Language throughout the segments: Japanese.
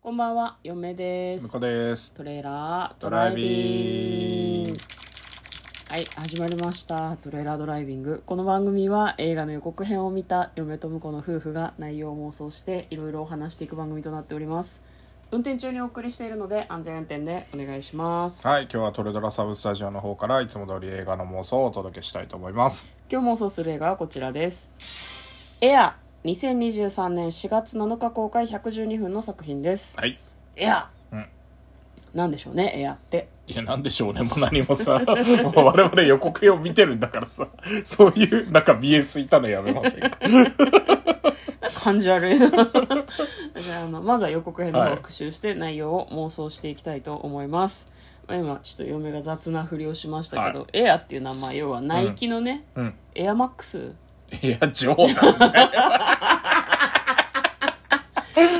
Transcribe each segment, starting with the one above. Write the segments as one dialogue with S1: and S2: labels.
S1: こんばんは、嫁で
S2: 向
S1: す
S2: こ。うです
S1: トレーラード
S2: ド
S1: ラ
S2: ラ
S1: イ
S2: イ
S1: ビ
S2: ビ
S1: ン
S2: ン
S1: グ
S2: グ。
S1: はい、始まりました。トレーラードライビング。この番組は映画の予告編を見た嫁と婿の夫婦が内容を妄想していろいろお話していく番組となっております。運転中にお送りしているので安全運転でお願いします。
S2: はい今日はトレドラサブスタジオの方からいつも通り映画の妄想をお届けしたいと思います
S1: 今日妄想する映画はこちらです。エア2023年4月7日公開112分の作品です。
S2: はい
S1: エア、
S2: うん
S1: なんでしょうね、エアって。
S2: いやなんでしょうねもう何もさ もう我々予告編を見てるんだからさそういうなんか見えすいたのやめませんか
S1: 感じ悪いなじゃああのまずは予告編の方を復習して内容を妄想していきたいと思います、まあ今ちょっと嫁が雑なふりをしましたけど、
S2: は
S1: エアっていう名前要はナイキのね、
S2: うん
S1: エアマックス
S2: いや冗談だよ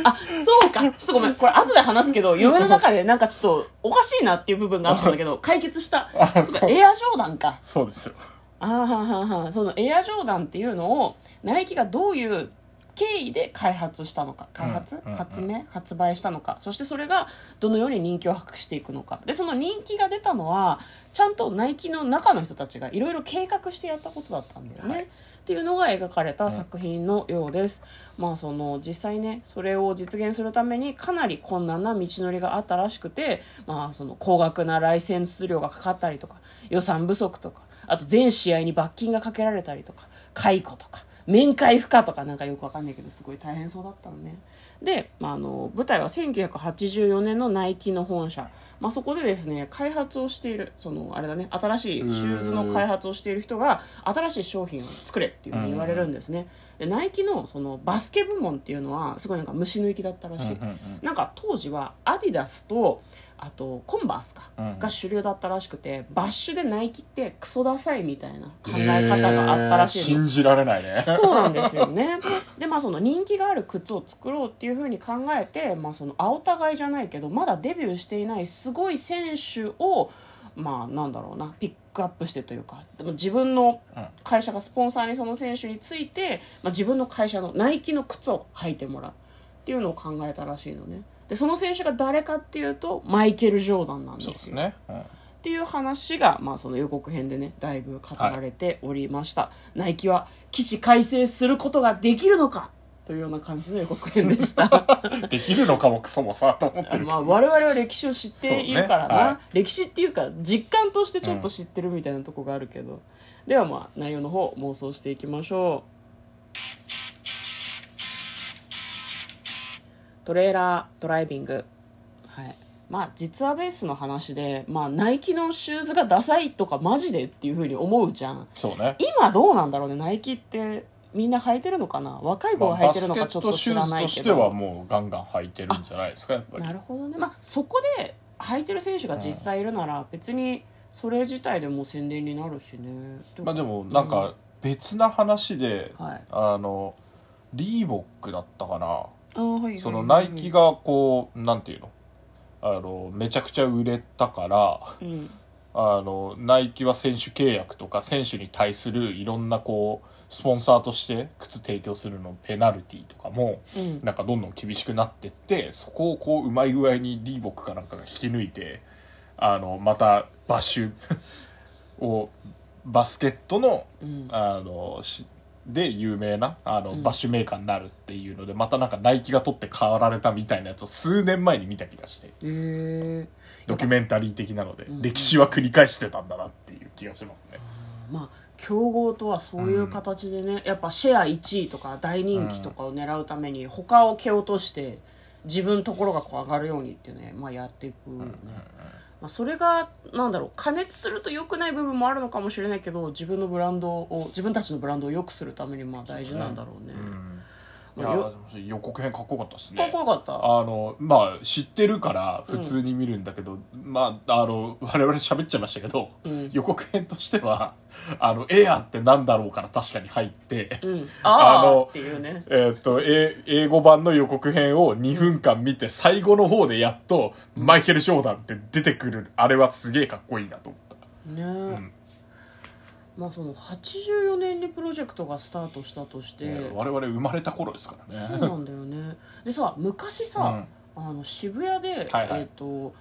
S1: あそうかちょっと ごめんこれ後で話すけど嫁の中でなんかちょっとおかしいなっていう部分があったんだけど 解決した
S2: あ
S1: そっ
S2: そ
S1: か
S2: う
S1: エアジョーダンか
S2: そうですよ
S1: あーはーはーはーそのエアジョーダンっていうのをナイキがどういう経緯で開発したのか開発、
S2: うんうんうん
S1: 発明発売したのかそしてそれがどのように人気を博していくのかでその人気が出たのはちゃんとナイキの中の人たちがいろいろ計画してやったことだったんだよね、
S2: はい
S1: っていうのが描かれた作品のようです、まあその実際ねそれを実現するためにかなり困難な道のりがあったらしくてまあその高額なライセンス料がかかったりとか予算不足とかあと全試合に罰金がかけられたりとか解雇とか面会不可とかなんかよくわかんないけどすごい大変そうだったのねで、まあ、あの舞台は1984年のナイキの本社、まあ、そこでですね開発をしているそのあれだね新しいシューズの開発をしている人が新しい商品を作れっていうふうに言われるんですねでナイキのそのバスケ部門っていうのはすごいなんか虫の息だったらしい、なんか当時はアディダスとあとコンバースか、
S2: うん
S1: が主流だったらしくてバッシュでナイキってクソダサいみたいな考え方があったらしいの、
S2: 信じられないね
S1: そうなんですよね。で、まあその人気がある靴を作ろうっていうふうに考えて、まあその青互いじゃないけど、まだデビューしていないすごい選手を、まあなんだろうな、ピックアップしてというか、でも自分の
S2: うん
S1: 会社がスポンサーにその選手について、まあ自分の会社のナイキの靴を履いてもらうっていうのを考えたらしいのね。で、その選手が誰かっていうと、マイケル・ジョーダンなんです
S2: そ
S1: よ。
S2: うですね、うん
S1: っていう話が、まあ、その予告編でねだいぶ語られておりました、ナイキは起死回生することができるのかというような感じの予告編でした
S2: できるのかもクソもさと思ってる
S1: まあ我々は歴史を知っているからな、
S2: そうねは
S1: 歴史っていうか実感としてちょっと知ってるみたいなとこがあるけど、ではまあ内容の方妄想していきましょうトレーラードライビングはい、まあ実話ベースの話で、まあ、ナイキのシューズがダサいとかマジでっていうふうに思うじゃん
S2: そうね
S1: 今どうなんだろうねナイキってみんな履いてるのかな若い子が履い
S2: バ
S1: てる
S2: ス
S1: の
S2: ケ
S1: かちょっ
S2: ッ
S1: と
S2: ト
S1: 知
S2: シュ
S1: ら
S2: ーズ
S1: ない
S2: と
S1: け
S2: して
S1: ど
S2: はもうガンガン履いてるんじゃないですかやっぱり
S1: なるほどね、まあ、そこで履いてる選手が実際いるなら別にそれ自体でもう宣伝になるしね、
S2: まあでもなんか別な話で、
S1: はい
S2: あのリーボックだったかな
S1: あー、はいはいはい
S2: そのナイキがこうなんていうのあのめちゃくちゃ売れたから
S1: うん
S2: あのナイキは選手契約とか選手に対するいろんなこうスポンサーとして靴提供するのペナルティとかも
S1: うん
S2: なんかどんどん厳しくなってってそこをこううまい具合にリーボックかなんかが引き抜いてあのまたバッシュをバスケットの
S1: うん
S2: あのしで有名なあの、
S1: うん
S2: バッシュメーカーになるっていうのでまたなんかナイキが取って変わられたみたいなやつを数年前に見た気がして
S1: えー
S2: ドキュメンタリー的なので、
S1: うん
S2: 歴史は繰り返してたんだなっていう気がしますね、
S1: まあ競合とはそういう形でね、やっぱシェア1位とか大人気とかを狙うために他を蹴落として自分のところがこう上がるようにっていうね、まあ、やっていくよね、まあ、それがなんだろう加熱すると良くない部分もあるのかもしれないけど自分のブランドを自分たちのブランドを良くするためにまあ大事なんだろうね
S2: うんい
S1: まあ
S2: や
S1: よ
S2: でも予告編かっこよかったですね
S1: かっこよかった
S2: あのまあ知ってるから普通に見るんだけど、まああの我々喋っちゃいましたけど、
S1: うん
S2: 予告編としてはあのエアってなんだろうから確かに入って、
S1: うん、あ
S2: あ
S1: あ
S2: の
S1: っていうね
S2: えーっと、え英語版の予告編を2分間見て、最後の方でやっと、マイケル・ジョーダンって出てくる、あれはすげえかっこいいなと思った。
S1: ねえ、
S2: ん
S1: まあその84年にプロジェクトがスタートしたとして、
S2: えー我々生まれた頃ですから
S1: そう
S2: ね。
S1: なんだよねでさ昔さ、あの渋谷で、
S2: はいはい
S1: えっ、と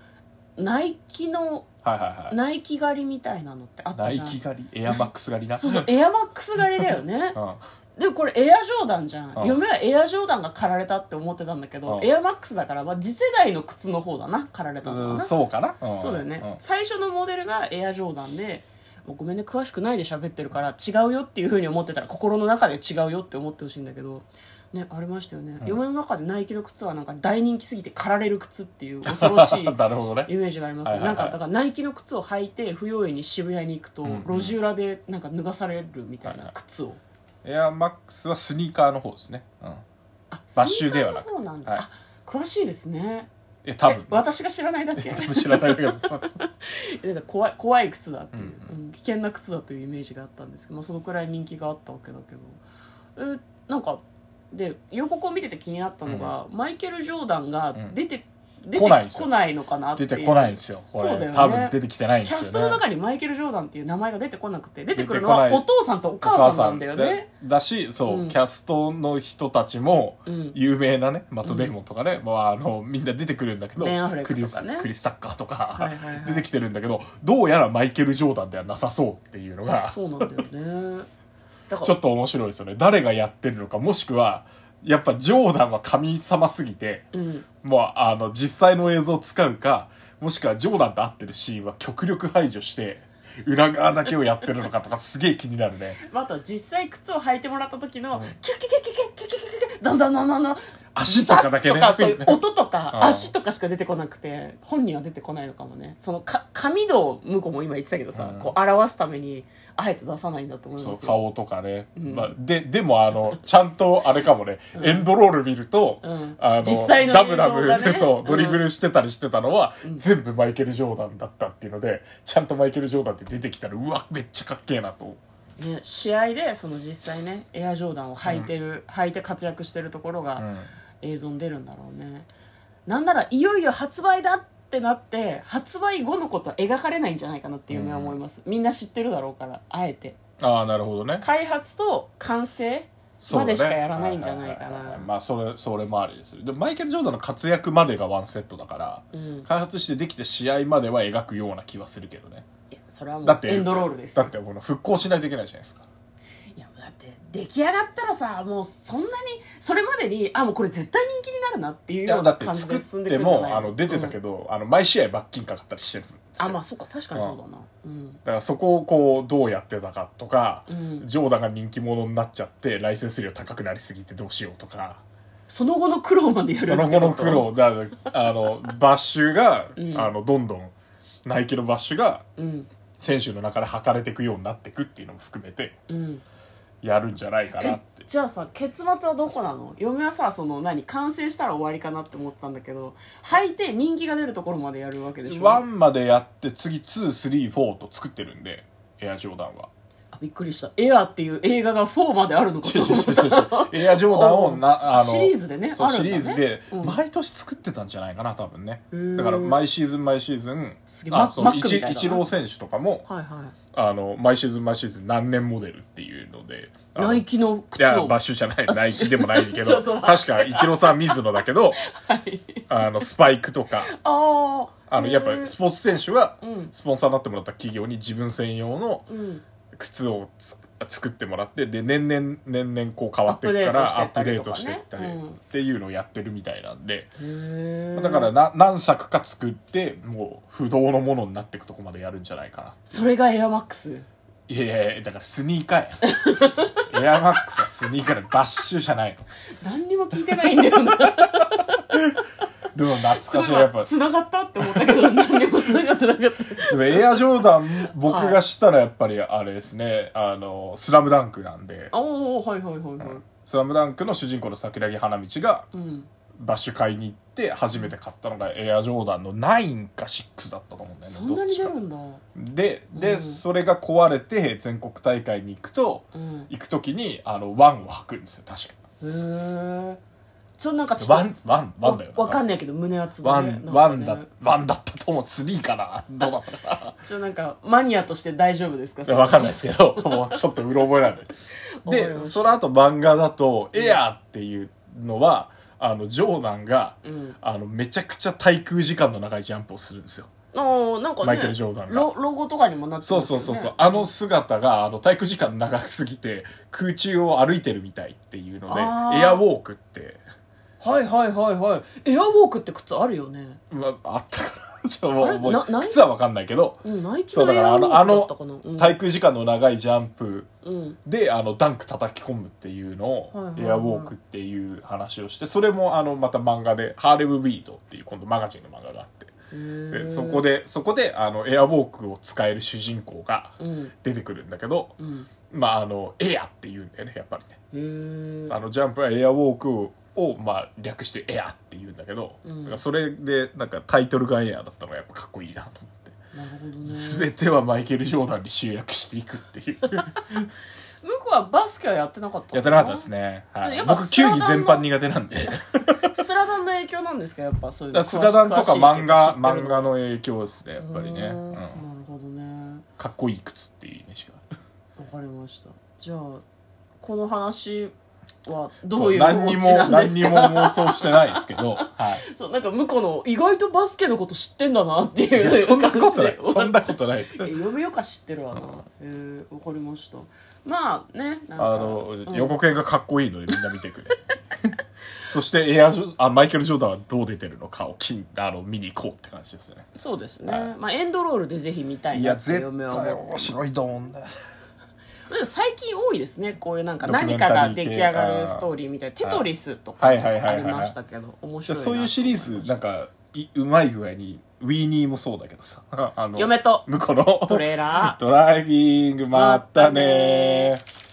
S1: ナイキの
S2: はいはいはい
S1: ナイキ狩りみたいなのってあった
S2: ナ
S1: じ
S2: イ
S1: ゃん
S2: キ狩りエアマックス狩りな
S1: そうそうエアマックス狩りだよね
S2: うん、
S1: でこれエアジョーダンじゃん、
S2: うん
S1: 嫁はエアジョーダンが狩られたって思ってたんだけど、
S2: うん
S1: エアマックスだから、まあ、次世代の靴の方だな狩られたの
S2: う
S1: は
S2: ん
S1: な、
S2: そうかな、ん
S1: そうだよね、
S2: ん
S1: 最初のモデルがエアジョーダンでもうごめんね詳しくないで喋ってるから違うよっていうふうに思ってたら心の中で違うよって思ってほしいんだけどねありましたよね、嫁の中でナイキの靴はなんか大人気すぎて狩られる靴っていう恐ろしい
S2: なるほどね
S1: イメージがあります
S2: はい
S1: ね
S2: はいは
S1: ないんかだからナイキの靴を履いて不用意に渋谷に行くと、
S2: ん
S1: 路地裏でなんか脱がされるみたい
S2: はいは
S1: ない靴を、
S2: エアマックスはスニーカーの方ですね、うん、
S1: あ
S2: バッシュではなく
S1: スニーカーの方なんだ、
S2: はい
S1: あ詳しいですね
S2: え多分
S1: え私が知らないだけ
S2: 多分知らないだけ ど
S1: なんか怖い怖い靴だっていう、
S2: う
S1: うん危険な靴だというイメージがあったんですけど、まあ、そのくらい人気があったわけだけどえなんかで予告を見てて気になったのが、マイケル・ジョーダンが出て、出て
S2: 来ないですよ
S1: こないのかなってい
S2: 出
S1: う
S2: てこないんですよこれ
S1: そうだよね
S2: 多分出てきてないんで
S1: キ
S2: すよ
S1: ャ
S2: ね
S1: ストの中にマイケル・ジョーダンっていう名前が出てこなくて出てくるの
S2: 出て
S1: は
S2: こな
S1: お
S2: い
S1: 父さんとお母さんなんだよ
S2: お母さ
S1: ね
S2: んだだしそう、
S1: うん
S2: キャストの人たちも
S1: うん
S2: 有名なね、マット・デイモンとかね、まあ、あのみんな出てくるんだけど
S1: ベンアフレック
S2: ク
S1: と
S2: リ
S1: か
S2: ス
S1: ね
S2: クリス・タッカーとか、
S1: はいはいはい
S2: 出てきてるんだけどどうやらマイケル・ジョーダンではなさそうっていうのが
S1: そうなんだよねだから
S2: ちょっと面白いですよね誰がやってるのかもしくはやっぱジョーダンは神様すぎて
S1: うん
S2: もうあの実際の映像を使うかもしくはジョーダンと合ってるシーンは極力排除して裏側だけをやってるのかとかすげえ気になるね
S1: まあ、あと実際靴を履いてもらった時の、キュキュキュキュキュキュキュキュキュだんだんだんだんだん
S2: 足とかだけね
S1: ザッとかそういう音と
S2: う
S1: か
S2: ん
S1: 足とかしか出てこなくて本人は出てこないのかもねそのか紙度を向こうも今言ってたけどさ、
S2: うん
S1: こう表すためにあえて出さないんだと思い
S2: そ
S1: ま
S2: う
S1: すよ
S2: 顔とかね、
S1: ん
S2: まあ、ででも あのちゃんとあれかもね、エンドロール見ると、
S1: うん
S2: あの
S1: 実際の映
S2: ダ
S1: 像
S2: ム
S1: がね
S2: ダム、 そううんドリブルしてたりしてたのは、全部マイケル・ジョーダンだったっていうのでちゃんとマイケル・ジョーダンって出てきたらうわめっちゃかっけえなと
S1: ね、試合でその実際ねエアジョーダンを履いてる、履いて活躍してるところが映像に出るんだろうね、なんならいよいよ発売だってなって発売後のことは描かれないんじゃないかなっていう夢は思います、みんな知ってるだろうからあえて
S2: ああなるほどね
S1: 開発と完成
S2: そう
S1: ま
S2: だね
S1: でしかやらないんじゃないか
S2: ははは
S1: な
S2: はまあそれそれもありですでマイケル・ジョーダンの活躍までがワンセットだから、
S1: うん
S2: 開発してできて試合までは描くような気はするけどね
S1: いやそれはも
S2: だ
S1: う
S2: って
S1: エンドロールです
S2: だ
S1: よ
S2: ってこの復興しないといけないじゃないですか
S1: いやだって出来上がったらさもうそんなにそれまでにあもうこれ絶対人気になるなっていう
S2: い
S1: よ
S2: や
S1: う
S2: だ
S1: な
S2: って
S1: 感じ
S2: 作
S1: で
S2: っ
S1: 進んで
S2: て
S1: くるんじゃ
S2: も
S1: ない
S2: あの出てたけ
S1: ど、
S2: ど、あの毎試合罰金かかったりしてるんで
S1: う
S2: す
S1: ん
S2: よ
S1: あまあそっか確かにそうだなうん、
S2: だからそこをこうどうやってたかとか、
S1: うん
S2: ジョーダンが人気者になっちゃってライセンス料高くなりすぎてどうしようとか
S1: その後の苦労までやるって
S2: そ
S1: こと
S2: の後の苦労だあのバッシュが、
S1: うん
S2: あのどんどんナイキのバッシュが
S1: うん
S2: 選手の中で履かれていくようになっていくっていうのも含めて
S1: うん
S2: やるんじゃないかなっ
S1: え
S2: て
S1: じゃあさ結末はどこなの嫁はさその何完成したら終わりかなって思ってたんだけど履いて人気が出るところまでやるわけでしょ
S2: 1までやって次234と作ってるんでエアジョーダンは。
S1: あびっくりした「エア」っていう映画が4まであるのか
S2: 違う
S1: と
S2: 違う
S1: 思った
S2: 違う違う エアジョーダンをなあの
S1: シリーズでね
S2: そう
S1: あるんだね
S2: シリーズで
S1: うん
S2: 毎年作ってたんじゃないかな多分ね、
S1: へー
S2: だから毎シーズン毎シーズン
S1: すげえ
S2: あ
S1: マ
S2: そう
S1: マッ
S2: イ
S1: ク
S2: チ
S1: みたいだな
S2: イチロー選手とかも
S1: はいはい
S2: あの毎シーズン毎シーズン何年モデルっていうのであの
S1: ナイキの靴
S2: いや
S1: を
S2: バッシュじゃないナイキでもない け
S1: ちょ
S2: ど
S1: っと
S2: 確
S1: 待
S2: かイチローさん水野だけど
S1: はい
S2: あのスパイクとか
S1: ああ
S2: あのやっぱりスポーツ選手は
S1: うん
S2: スポンサーになってもらった企業に自分専用の
S1: うん
S2: 靴をつ作ってもらってで年々年々こう変わっていくからア
S1: ア
S2: ッ
S1: ッ
S2: プ
S1: プ
S2: デ
S1: デ
S2: ー
S1: ー
S2: ト
S1: ト
S2: し
S1: してて
S2: い
S1: い
S2: っ
S1: ったたり
S2: り
S1: とかねうん
S2: っていうのをやってるみたいなんで、
S1: へえ
S2: だからな何作か作ってもう不動のものになっていくとこまでやるんじゃないかな
S1: それがエアマックス
S2: いやいやいやだからスニーカー やエアマックスはスニーカーでバッシュじゃないの
S1: 何にも聞いてないんだ よな
S2: でも懐かし
S1: す
S2: いやっ
S1: ご
S2: ぱ
S1: い繋がったって思ったけど何にも繋がってなかった
S2: でもエアジョーダン僕がしたらやっぱりあれですね「あのスラムダンクなんで
S1: ああはいはいはいはい
S2: 「スラムダンクの主人公の桜木花道が
S1: うん
S2: バッシュ買いに行って初めて買ったのがエアジョーダンの9か6だったと思うんだよね
S1: そんなに出
S2: どっち
S1: る
S2: か
S1: んだ
S2: でで、
S1: うん
S2: それが壊れて全国大会に行くと
S1: うんへ
S2: 行く時にあのワンを履くんですよ確か
S1: えそんなんかちょっと
S2: ワンワンワンだよ
S1: わわかん
S2: な
S1: な
S2: い
S1: いけど胸熱
S2: ワ
S1: だね
S2: ンワン
S1: なんか
S2: だ
S1: ね
S2: ワンだったと思う3かなどうだったか
S1: ちょっとなんかマニアとして大丈夫ですか
S2: なわかんないですけどもうちょっ とうろ覚えなんで
S1: わかりま
S2: で
S1: した
S2: その後漫画だとエアーっていうのはあの長男が、
S1: うん
S2: あのめちゃくちゃ滞空時間の長いジャンプをするんですよ
S1: おーなんかね
S2: マイケルジョーダンが
S1: ロロゴとかにもなって
S2: そう
S1: ます
S2: そ
S1: よ
S2: う
S1: ね
S2: そうそう、あの姿があの体育時間長すぎて空中を歩いてるみたいっていうので
S1: あー
S2: エアウォークって、
S1: はいはいはいはいエアウォークって靴あるよね
S2: まあ、あったからじゃあも
S1: あ
S2: う
S1: れ
S2: もう
S1: なない
S2: 靴は分かんないけど
S1: うんナイキ
S2: そう
S1: の
S2: だ
S1: エ
S2: から
S1: ア
S2: あ
S1: ウォ
S2: の
S1: ー
S2: あ
S1: クだったかな
S2: の
S1: うん
S2: 滞空時間の長いジャンプ
S1: うん
S2: であのダンク叩き込むっていうの
S1: はい
S2: を
S1: はいはい
S2: エアウォークっていう話をしてそれもあのまた漫画で「ハーレム・ビート」っていう今度マガジンの漫画があって
S1: へー
S2: でそこでそこであのエアウォークを使える主人公が
S1: うん
S2: 出てくるんだけど
S1: うん
S2: まああのエアって言うんだよねやっぱりね
S1: へー
S2: あのジャンプはエアウォークをまあ、略してエアって言うんだけど、
S1: うん
S2: だからそれでなんかタイトルがエアだったのがやっぱかっこいいなと思って、
S1: なるほどね
S2: 全てはマイケル・ジョーダンに集約していくって いう
S1: 向こうはバスケはやってなかった
S2: やってなかったですね、は
S1: や
S2: い、
S1: っぱ
S2: 僕球技全般苦手なんで
S1: スラダンの影響なんですかやっぱそういう
S2: だ
S1: の
S2: からスラダンとか漫画
S1: 詳しいっていう
S2: 漫画の影響ですねやっぱりね、
S1: うー
S2: うんん
S1: なるほどね
S2: かっこいい靴っていうイメージが
S1: わかりましたじゃあこの話は
S2: そ
S1: どういう
S2: 何に
S1: お家
S2: も
S1: なん
S2: 何
S1: で
S2: に
S1: す
S2: も
S1: か
S2: 妄想してないですけど、はい、
S1: そうなんか向こうの意外とバスケのこと知ってんだなって
S2: い
S1: いう
S2: やそんなことない
S1: 感じで
S2: そんなことない
S1: え読みよか知ってるわな、えー、わかりましたまあねなんか
S2: あの、
S1: うん
S2: 予告編がかっこいいのでみんな見て くれそしてエアジョあマイケル・ジョーダンはどう出てるのかをきんあの見に行こうって話ですね
S1: そうですね、
S2: はい
S1: まあエンドロールでぜひ見たい
S2: い
S1: な
S2: や
S1: って
S2: 絶
S1: 嫁は
S2: 対
S1: 思う
S2: 面白いと思うんだよ
S1: でも最近多いですねこういうなんか
S2: ドキュメ
S1: 何
S2: ンタ
S1: か
S2: リ
S1: が
S2: ー系
S1: 出来上がるストーリーみたいな「テトリス」とかあ
S2: はいはいはいはいはい
S1: りましたけど面白いな
S2: そういうシリーズなんかいうまい具合にウィーニーもそうだけどさあの
S1: 嫁と
S2: 向こうの
S1: トレーラー
S2: ドライビングまったねー